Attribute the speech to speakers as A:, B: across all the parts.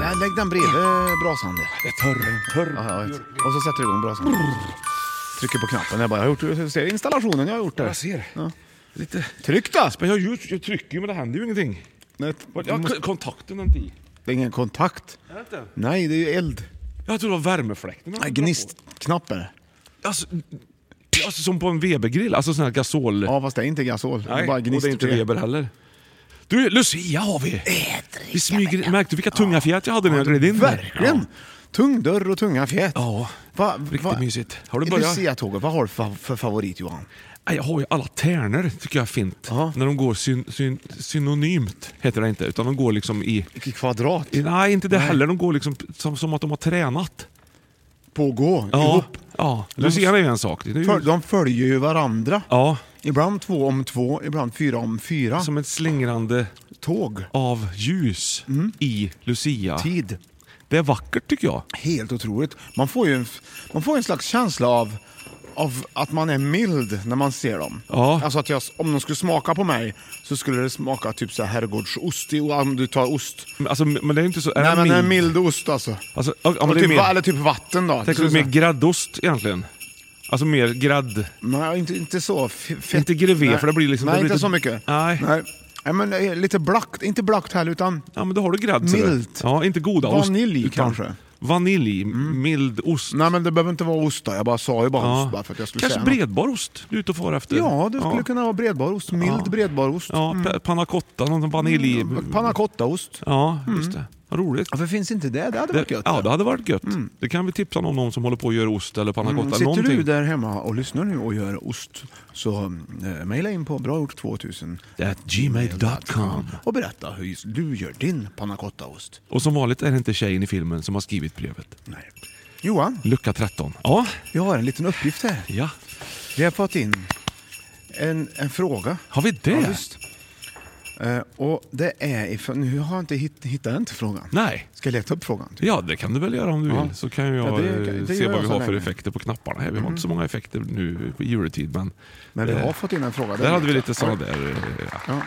A: Nej, lägg den bredvid brasan. Det är torr. torr. Ja, jag vet. och så sätter du igång brasan. Trycker på knappen. Jag bara, jag har gjort, jag ser installationen jag har gjort där.
B: Jag ser.
A: Ja.
B: Lite.
A: Tryck då!
B: Men jag, just, jag trycker ju men det händer ju ingenting.
A: Nej,
B: Vart-
A: du
B: Jag,
A: måste-
B: kontakten är inte i.
A: Det är ingen kontakt.
B: Är det inte?
A: Nej, det är ju eld.
B: Jag tror det var värmefläkten.
A: Nej, Gnistknappen.
B: Alltså, alltså, som på en Webergrill. Alltså sån här gasol...
A: Ja, fast det är inte gasol. det är
B: Nej,
A: bara
B: och det är inte
A: gnistor.
B: Weber heller. Du, Lucia har vi! Vi smyger, märkte du vilka tunga fjät jag hade när jag gled in? där?
A: Verkligen! Tung dörr och tunga fjät.
B: Ja,
A: Va,
B: riktigt
A: va-
B: mysigt. Har du börjat?
A: Lucia-tåget, vad har du fa- för favorit Johan?
B: Nej, Jag har ju alla tärnor, tycker jag är fint.
A: Ja.
B: När de går syn, syn, synonymt, heter det inte, utan de går liksom i...
A: I kvadrat.
B: i nej, inte det heller. De går liksom som, som att de har tränat.
A: På att gå
B: Ja,
A: ihop.
B: ja. Lucian är ju en sak. Det är ju,
A: Föl- De följer ju varandra.
B: ja,
A: Ibland två om två, ibland fyra om fyra.
B: som ett slingrande
A: tåg.
B: av ljus
A: Mm.
B: i Lucia.
A: Tid.
B: Det är vackert tycker jag.
A: Helt otroligt. Man får ju en, man får en slags känsla av, av att man är mild när man ser dem.
B: Ja.
A: Alltså att jag, om de skulle smaka på mig så skulle det smaka typ så här herrgårdsost. i- Om du tar ost.
B: Men, Alltså, men det är inte så... Är
A: Nej
B: det
A: men en
B: min-
A: mild ost alltså.
B: Alltså, ja, men
A: Eller
B: det är
A: typ,
B: mer,
A: va- eller typ vatten då.
B: tänker du
A: Så-
B: mer gräddost egentligen? Alltså mer grädd...
A: Nej, inte, inte så. F- fett.
B: Inte grevé,
A: Nej.
B: för det blir liksom-
A: Nej,
B: det blir
A: inte
B: lite-
A: så mycket.
B: Nej.
A: Nej. Nej, men eh, lite blakt. Inte blakt heller, utan...
B: Ja, men då har du grädd. ser du.
A: Milt.
B: Ja, inte goda ost.
A: Vanilj,
B: Du
A: kanske.
B: Vanilj, mild ost.
A: Nej, men det behöver inte vara ost då. Jag bara sa ju bara
B: Ja.
A: ost bara för att jag skulle
B: Kanske
A: säga något.
B: bredbar ost du är ute och far efter?
A: Ja, det skulle kunna vara bredbarost. Mild bredbarost.
B: Ja, pa- panna cotta, någon vanilj...
A: Mm, Panna Mm. cotta-ost.
B: Ja, just det. Vad roligt.
A: Varför finns inte det? Det hade varit
B: Det,
A: gött. Mm.
B: ja, det hade varit gött. Det kan vi tipsa någon om som håller på och gör ost eller panna cotta.
A: Sitter
B: någonting.
A: du där hemma och lyssnar nu och gör ost så eh, mejla in på bragjort2000
B: At gmail.com.
A: och berätta hur just du gör din panna cotta-ost.
B: Och som vanligt är det inte tjejen i filmen som har skrivit brevet.
A: Nej. Johan,
B: Lucka 13. Ja.
A: jag har en liten uppgift här.
B: Ja.
A: Vi har fått in en, en fråga.
B: Har vi det?
A: Ja, visst. Eh, och det är ifrån... Nu har jag inte hitt, hittat den till frågan.
B: Nej.
A: Ska jag leta upp frågan? Typ?
B: Ja, det kan du väl göra om du vill. Så kan jag
A: Ja, det-
B: eh,
A: det
B: se
A: gör
B: vad
A: jag
B: vi
A: så
B: har för
A: länge. Mm.
B: effekter på knapparna här. Vi har inte så många effekter nu på juletid, men...
A: Men vi
B: eh,
A: har fått in en fråga.
B: Där hade vi
A: vet
B: lite
A: jag.
B: sådana där... eh, ja.
A: Ja.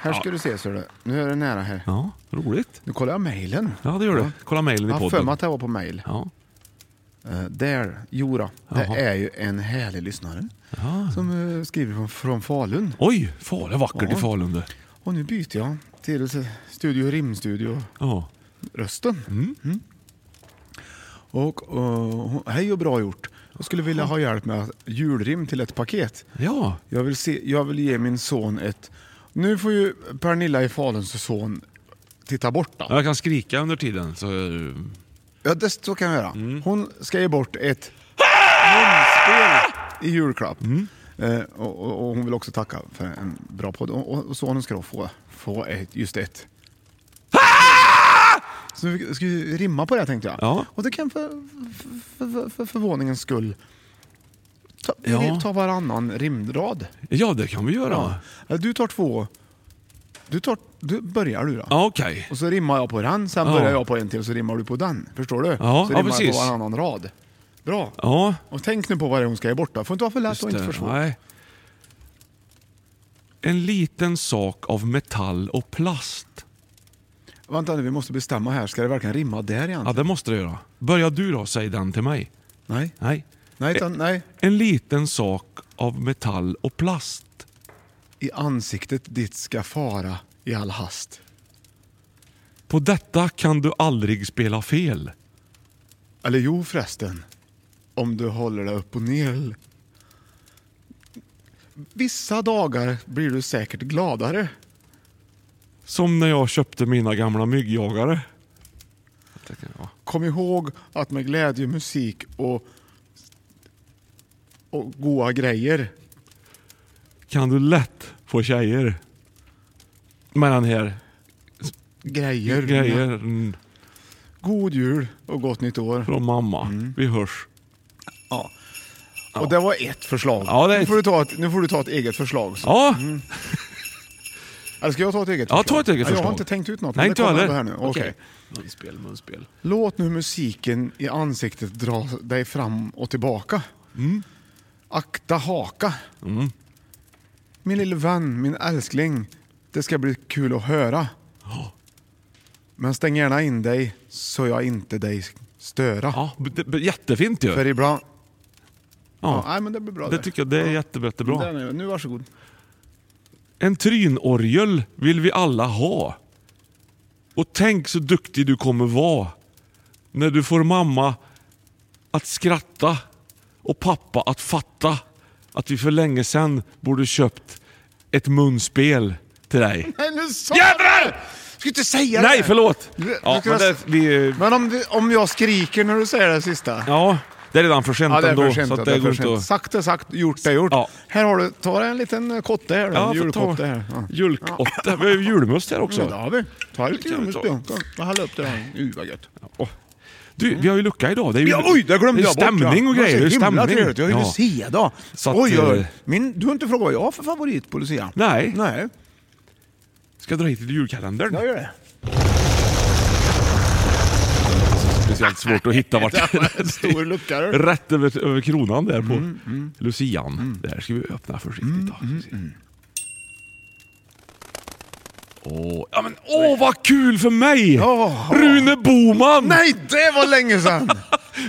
A: Här ska du se, ser du. Nu är det nära här.
B: Ja, roligt.
A: Nu kollar jag mejlen.
B: Ja, det gör du. Kolla mejlen i
A: Jag har för mig
B: podden.
A: att jag var på mejl.
B: Ja.
A: Eh, där, Jora. Det
B: Jaha.
A: är ju en härlig lyssnare
B: Ah.
A: som eh, skriver från, från Falun.
B: Oj, Falun. Vackert
A: Ja.
B: i Falun du.
A: Och nu byter jag till eh, Studio Rimstudio.
B: Ja.
A: rösten. Mm. Och, eh, hej och bra gjort. Jag skulle vilja ha hjälp med julrim till ett paket.
B: Ja.
A: Jag vill, se, jag vill ge min son ett... Nu får ju Pernilla i Faluns son titta bort då.
B: Jag kan skrika under tiden. Så... eh,
A: Ja, det så
B: Mm. Mm.
A: kan jag göra. Hon ska ge bort ett munspel i julklapp. Eh, och, och, och hon vill också tacka för en bra podd. Och, och, och sonen ska då få, få ett, just ett. Så vi ska ju rimma på det här, tänkte jag.
B: Ja.
A: Och det kan för, för, för, för förvåningens skull ta,
B: Ja.
A: ta varannan rimrad.
B: Ja, det kan vi göra.
A: Ja. Du tar två. Du, tar, du börjar du då.
B: Ja, okej.
A: Och så rimmar jag på den, sen
B: Ja.
A: börjar jag på en till och så rimmar du på den. Förstår du?
B: ja,
A: så rimmar jag
B: precis.
A: på varannan rad. Bra.
B: Ja,
A: Och tänk nu på vad det är hon ska ge bort då. Får inte vara för lätt
B: just
A: och inte för
B: det.
A: svårt.
B: Nej. En liten sak av metall och plast.
A: Vänta nu, vi måste bestämma här. Ska det verkligen rimma där igen?
B: Ja, det måste det göra. Börja du då, säg den till mig.
A: Nej.
B: Nej.
A: Nej,
B: Eh.
A: utan, nej.
B: En liten sak av metall och plast.
A: I ansiktet ditt ska fara i all hast.
B: På detta kan du aldrig spela fel.
A: Eller jo förresten. Om du håller det upp och ner. Vissa dagar blir du säkert gladare.
B: Som när jag köpte mina gamla myggjagare. Jag tänker, ja.
A: Kom ihåg att med glädje, musik och, och goa grejer.
B: Kan du lätt få tjejer? Med den här Mm.
A: Grejer.
B: grejen
A: God jul och gott nytt år.
B: från mamma.
A: Mm.
B: Vi hörs.
A: Och det var ett förslag.
B: Ja, det är
A: nu,
B: ett-
A: får du ta ett, nu får du ta ett eget förslag. Så.
B: Ja,
A: Eller ska jag ta ett eget
B: Ja,
A: förslag?
B: ta ett eget
A: Jag har
B: förslag.
A: inte tänkt ut något. men
B: nej
A: det
B: inte jag
A: kommer
B: heller.
A: ändå Här nu. Okej.
B: Munspel, munspel.
A: Låt nu musiken i ansiktet dra dig fram och tillbaka.
B: Mm.
A: Akta haka. Min lille vän, min älskling. Det ska bli kul att höra. Men stäng gärna in dig så jag inte dig störa.
B: Ja, det- det- jättefint ju.
A: För ibland... Ja,
B: Ja,
A: nej, men det blir bra
B: det tycker jag det är jätte, jättebra.
A: Den är- Nu varsågod.
B: En trynorgel vill vi alla ha. Och tänk så duktig du kommer vara när du får mamma att skratta och pappa att fatta att vi för länge sedan borde köpt ett munspel till dig.
A: Nej, nu sa
B: Jävlar!
A: du det! Ska inte säga
B: Nej,
A: det!
B: förlåt!
A: Du- du
B: Ja,
A: skulle
B: men det,
A: ha-
B: vi,
A: Men om, du, om jag skriker när du säger det sista?
B: ja, det är redan för sent
A: Ja, det är
B: ändå.
A: för sent.
B: så
A: det
B: att det
A: är
B: går
A: för
B: inte
A: sent.
B: att...
A: Sagt är sagt, gjort är gjort.
B: Ja.
A: Här har du, ta en liten eh, kotte här då.
B: Ja,
A: en
B: får ta
A: julkotte här. Ja.
B: Julkotte. Vi har ju julmust här
A: Ja, det
B: också.
A: har vi. Ta lite
B: Kan vi ta?
A: julmust. Häll upp det här. Uh, vad gött.
B: Åh. Du, vi har ju lucka idag. Det är ju
A: Ja, oj, det glömde
B: det är
A: jag bort. ja.
B: stämning och
A: Det var
B: grejer.
A: så
B: Det är ju
A: himla
B: stämning.
A: trevligt. Jag är ju
B: Ja.
A: Lucia-dag.
B: Så att,
A: Oj,
B: eh,
A: oj. Min, du har inte frågat vad jag har för favorit på Lucia.
B: Nej.
A: Nej,
B: Ska jag dra hit till julkalendern?
A: jag gör det.
B: Speciellt svårt att hitta vart...
A: Det var en stor lucka. du. Mm,
B: Rätt över, över kronan där på lucian. Där ska vi öppna försiktigt då. Ska vi se.
A: mm.
B: Åh, ja, men, åh, vad kul för mig!
A: Ja.
B: Rune Boman!
A: Nej, det var länge sedan!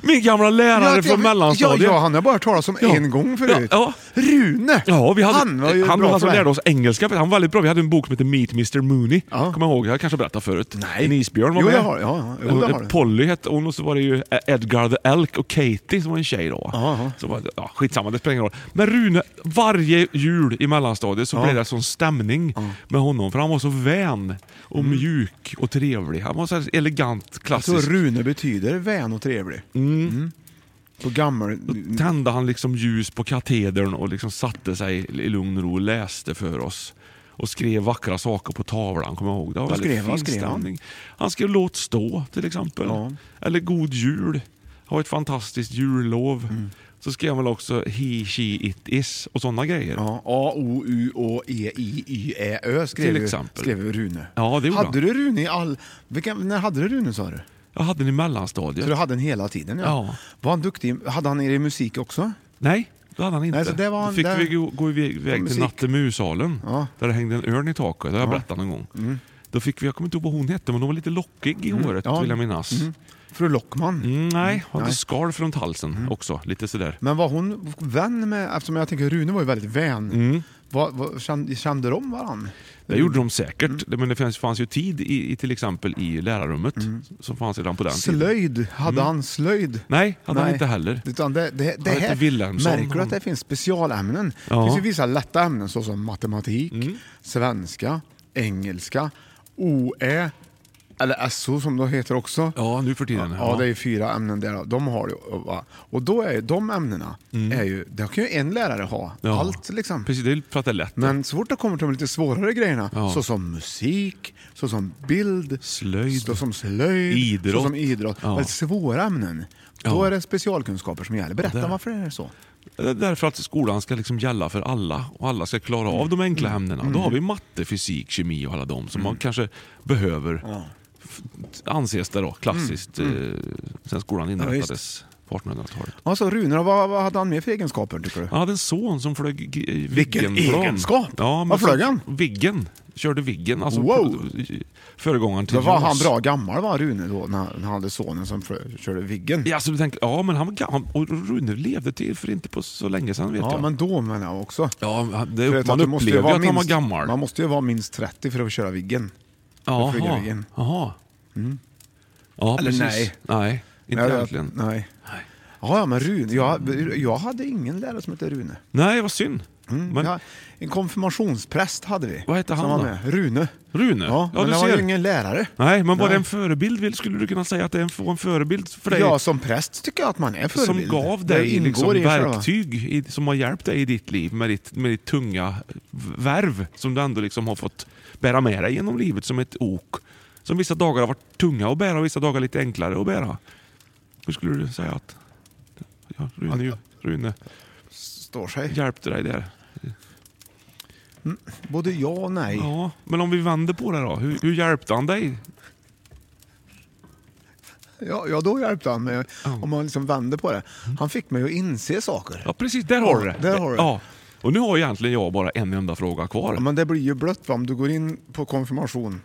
B: Min gamla lärare
A: Ja,
B: från
A: ja,
B: mellanstadiet.
A: Ja, ja, han har bara talat om
B: Ja.
A: en gång förut.
B: Ja, ja.
A: Rune!
B: Ja, vi hade,
A: han var ju
B: han,
A: bra
B: han som
A: för
B: lärde
A: det.
B: oss engelska. Han var väldigt bra. Vi hade en bok som hette Meet Mr Mooney.
A: Ja.
B: Kommer jag ihåg. Jag har kanske berättat förut.
A: Nej.
B: En isbjörn var
A: Jo,
B: med. Eh,
A: det har- ja, ja. Jo, det har du.
B: Polly hette hon och så var det ju Edgar the Elk och Katie som var en tjej då.
A: Ja,
B: Så var, det- ja, skitsamma, det spelar ingen roll. Men Rune, varje jul i mellanstadiet så blev det sån stämning med honom. För han var så vän och
A: Mm.
B: mjuk och trevlig. Han var så här elegant,
A: Så
B: klassisk.
A: Rune betyder vän och trevlig. Mm. På gammal...
B: tände han liksom ljus på katedern och liksom satte sig i lugn och ro och läste för oss. Och skrev vackra saker på tavlan, kommer jag ihåg. Det var
A: Vad
B: väldigt
A: skrev han?
B: fin
A: Skrev han?
B: stämning. Han skrev Låt stå till exempel.
A: Ja.
B: Eller God jul. Ha ett fantastiskt jullov.
A: Mm.
B: Så skrev han väl också He, she, it is och sådana grejer.
A: Ja, A, O, U, Å, E, I, Y, Ä, Ö skrev,
B: Till
A: ju-
B: exempel.
A: skrev ju Rune.
B: Ja, det gjorde
A: Hade du Rune i all... Vilka, när hade du Rune sa du?
B: Jag hade den i
A: Så
B: mellanstadiet.
A: du hade den hela tiden? Ja.
B: Ja.
A: Var han duktig? Hade han er i musik också?
B: Nej, det hade han inte.
A: Nej, så det var
B: Då
A: han
B: fick
A: där.
B: vi gå, gå iväg iväg till
A: musik.
B: Nattemusalen.
A: Ja. Mm.
B: Där det hängde en örn i taket. Det har jag berättat någon gång. Då fick vi, jag kommer inte ihåg vad hon hette, men hon var lite lockig i håret
A: Ja.
B: vill jag minnas.
A: Fru Lockman.
B: Mm, nej, hon hade
A: Nej. Mm.
B: skalv runt halsen också. Lite sådär.
A: Men var hon vän med... Eftersom jag tänker Rune var ju väldigt vän. Var, var, kände, kände de varann?
B: Det
A: Mm.
B: gjorde de säkert, men det fanns, fanns ju tid i, i till exempel i lärarrummet som fanns redan på den tiden.
A: Mm. Slöjd, hade han slöjd?
B: Mm. Nej, hade han inte heller.
A: Utan det, det, det
B: hette
A: här,
B: Wilhelmsson,
A: märker du
B: han.
A: att det finns specialämnen?
B: Ja. Mm.
A: Det finns ju vissa lätta ämnen såsom matematik, svenska, engelska, OE, E, eller SO som de heter också.
B: Ja, nu för tiden.
A: Ja, det är ju fyra ämnen där. då. De har det. va. Och då är ju, de ämnena, är ju, det kan ju en lärare ha.
B: Mm. Ja.
A: Allt liksom.
B: Precis, det är för att det är lätt.
A: Men så fort det kommer till de lite svårare grejerna, såsom musik, såsom bild,
B: Slöjd.
A: såsom slöjd,
B: Idrott.
A: såsom idrott.
B: Ja.
A: Väldigt svåra ämnen. Då
B: Ja.
A: är det specialkunskaper som gäller. Berätta
B: där.
A: varför det är så.
B: Det är Därför att skolan ska liksom gälla för alla och alla ska klara av de enkla
A: Mm.
B: ämnena. Då har vi matte, fysik, kemi och alla de som man kanske behöver. F- Anses det då, klassiskt,
A: Mm.
B: eh, sen skolan inrättades på 1800-talet.
A: Alltså Runar, vad, vad hade han mer för egenskaper tycker du?
B: Han hade en son som flög g-
A: Vilken
B: Viggenplan.
A: egenskap!
B: Ja,
A: Vad
B: men
A: flög
B: som-
A: han?
B: Viggen. Körde Viggen. Alltså
A: Wow!
B: Föregångaren till
A: Då var
B: JAS.
A: han bra gammal va, Rune då, när han hade sonen som flö- körde Viggen.
B: Ja, så du tänker, ja men han, var gam- och Rune levde till för inte på så länge sedan vet
A: Ja,
B: jag.
A: men då menar jag också.
B: ja, han- det,
A: För jag tror
B: man
A: att du måste ju
B: upplevde
A: vara
B: ju att han var
A: minst-
B: gammal.
A: Man måste ju vara minst 30 för att köra Viggen.
B: Jaha.
A: flyger vi in. Mm.
B: Jaha. Ja,
A: Eller
B: precis.
A: nej.
B: Nej, inte
A: Nej,
B: egentligen.
A: Jag, nej.
B: Nej.
A: Ja, ja, men Rune. Jag, jag hade ingen lärare som hette Rune.
B: Nej, vad synd. men
A: Mm, ja, en konfirmationspräst hade vi.
B: Vad hette han
A: som var
B: då?
A: med. Rune.
B: Rune?
A: Ja,
B: Ja,
A: men
B: du
A: han var
B: ser.
A: ju ingen lärare.
B: Nej, men var det
A: Nej.
B: en förebild? vill- Skulle du kunna säga att det är en, få en förebild för dig?
A: Ja, som präst tycker jag att man är
B: som
A: förebild.
B: gav
A: Det
B: dig
A: ingår
B: liksom
A: i själva-
B: verktyg i, som har hjälpt dig i ditt liv med ditt, med ditt tunga v- värv som du ändå liksom har fått bära med dig genom livet som ett ok. Som vissa dagar har varit tunga att bära och vissa dagar lite enklare att bära. Hur skulle du säga att ja, Rune, Rune
A: Står sig.
B: hjälpte dig där?
A: Både ja och nej.
B: Ja, men om vi vänder på det då. Hur, hur hjälpte han dig?
A: Ja, ja, då hjälpte han mig. Om man liksom vände på det. Han fick mig att inse saker.
B: Ja, precis. Där har du det.
A: Ja, där har du det.
B: Ja. Och nu har egentligen jag bara en enda fråga kvar.
A: Ja, men det blir ju blött va? om du går in på konfirmation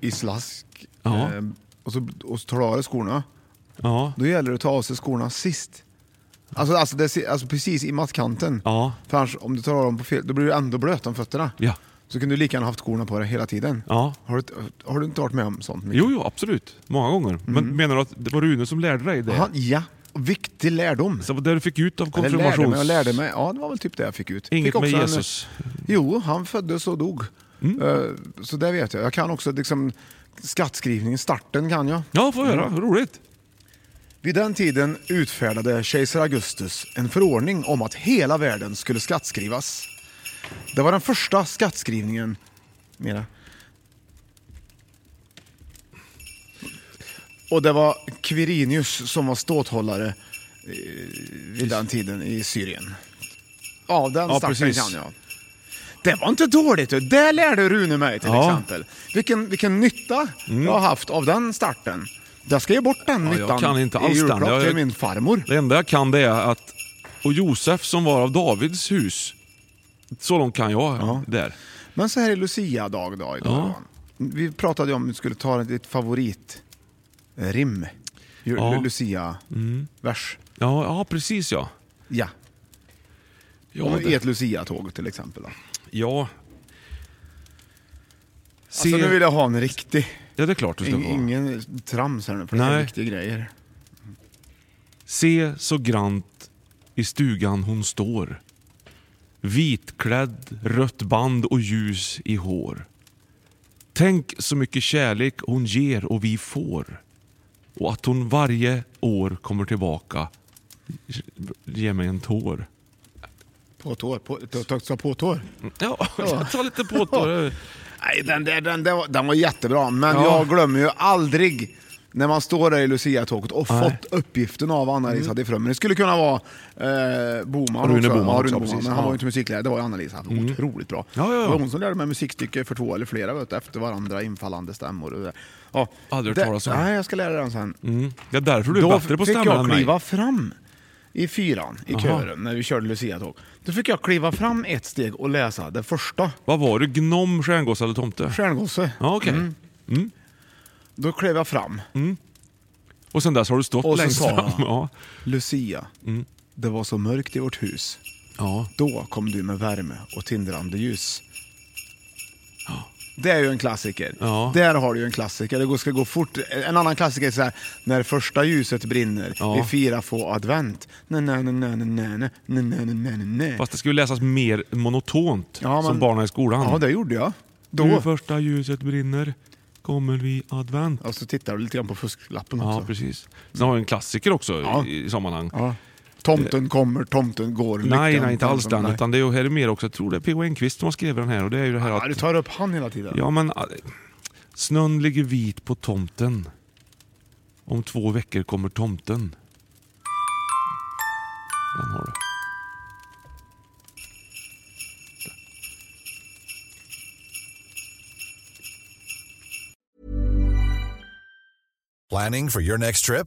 A: i slask
B: Mm. Ja.
A: eh, och, så, och så tar du av dig skorna.
B: Ja.
A: Då gäller det att ta av sig skorna sist. Alltså, alltså, det, si- alltså precis i mattkanten.
B: Ja.
A: För annars, om du tar av dem på fel, då blir du ändå blöt om fötterna.
B: Ja.
A: Så kan du lika gärna haft skorna på dig hela tiden.
B: Ja.
A: Har, du, har du inte varit med om sånt? Micke?
B: Jo, jo, absolut. Många gånger. Men menar du att det var Rune som lärde dig det?
A: Mm. Aha, ja, viktig lärdom.
B: Så det du fick ut av
A: Eller lärde mig
B: konfirmations...
A: och lärde mig. Ja, det var väl typ det jag fick ut.
B: Inget
A: fick också
B: med
A: en-
B: Jesus. Mm.
A: Jo, han föddes och dog. Eh, Så det vet jag. Jag kan också liksom, skattskrivningen, starten kan jag.
B: Ja, får jag höra.
A: Mm.
B: Vad Roligt.
A: Vid den tiden utfärdade kejsar Augustus en förordning om att hela världen skulle skattskrivas. Det var den första skattskrivningen... Mera. Och det var Quirinius som var ståthållare eh, vid den tiden i Syrien. Ja, den
B: Ja,
A: starten
B: precis.
A: kan jag. Det var inte dåligt. du. Det lärde Rune mig till
B: Ja. Mm.
A: exempel. Vilken, vilken nytta jag har haft av den starten. Jag ska ge bort den
B: Ja, jag
A: nyttan
B: kan inte alls
A: i
B: den.
A: julklapp
B: Jag-
A: till min farmor.
B: Det enda jag kan det är att... Och Josef som var av Davids hus. Så långt kan jag där.
A: Men så här är Lucia-dag då idag.
B: Ja.
A: Vi pratade ju om att vi skulle ta ditt favoritrim. Ju-
B: Ja. Mm.
A: Lucia-vers.
B: Ja, ja precis ja.
A: Ja.
B: Ja,
A: Om
B: det-
A: I ett Lucia-tåg till exempel. Då. Alltså,
B: ja. Se...
A: Alltså nu vill jag ha en riktig.
B: Ja, det är klart du ska
A: In,
B: få.
A: ingen trams här nu, för det här är
B: Nej.
A: viktiga grejer.
B: Se så grant i stugan hon står. Vitklädd, rött band och ljus i hår. Tänk så mycket kärlek hon ger och vi får. Och att hon varje år kommer tillbaka. Ge mig en tår.
A: På tår. På, ta, ta, ta på tår.
B: Ja, jag tar lite på tår.
A: Nej, den, där- den, den, var, den var jättebra, men
B: Ja.
A: jag glömmer ju aldrig när man står där i Lucia-tåget och
B: Nej.
A: fått uppgiften av Anna-Lisa mm. Frömmen. Det skulle kunna vara eh, Boman
B: Rune
A: också.
B: Boman
A: ja,
B: också,
A: Rune Boman. Men
B: precis.
A: han
B: Ja. Mm.
A: var ju inte musiklärare, det var ju Anna-Lisa. Otroligt bra.
B: Ja, ja, ja.
A: Det var hon som lärde mig musikstycke för två eller flera vet, du, efter varandra, infallande stämmor och det där. Ja,
B: Aldrig
A: det-
B: hört talas om.
A: Nej, jag ska lära dig den sen.
B: Mm. Det är därför du är
A: Då
B: bättre på
A: fick
B: stämman
A: jag
B: än mig.
A: kliva fram i fyran i kören när vi körde Lucia-tåg. Då fick jag kliva fram ett steg och läsa det första.
B: Vad var det? Gnom, stjärngosse eller tomte?
A: Stjärngosse. Mm.
B: Ja, okej.
A: Då klev jag fram.
B: Mm. Och sen dess har du stått
A: Och så
B: längst
A: sa
B: fram.
A: jag.
B: Ja.
A: Lucia,
B: Mm.
A: det var så mörkt i vårt hus.
B: ja.
A: Då kom du med värme och tindrande ljus. Det är ju en klassiker.
B: Ja.
A: Där har du ju en klassiker. Det går- ska gå fort. En annan klassiker är så här, när första ljuset brinner,
B: Ja.
A: vi firar få advent. Nä, nä, nä, nä, nä, nä, nä, nä, nä, nä, nä, nä.
B: Fast det skulle läsas mer monotont,
A: Ja, men-
B: som barnen i skolan.
A: Ja, det gjorde jag.
B: Nu
A: Då.
B: första ljuset brinner, kommer vi advent.
A: Och så tittar du lite grann på fusklappen
B: Ja,
A: också.
B: precis. Sen har vi en klassiker också
A: Ja.
B: i, i sammanhang.
A: Ja. Tomten kommer, tomten går.
B: Nej,
A: lyckan
B: nej, inte alls
A: kommer.
B: den.
A: Nej.
B: Utan det är ju här är mer också, jag tror det är P.O. Enquist som har skrivit den här. Och det är ju det här
A: Ja, du
B: att,
A: tar upp han hela tiden.
B: ja, men, ah, snön ligger vit på tomten. Om två veckor kommer tomten. Den har du.
C: Planning for your next trip?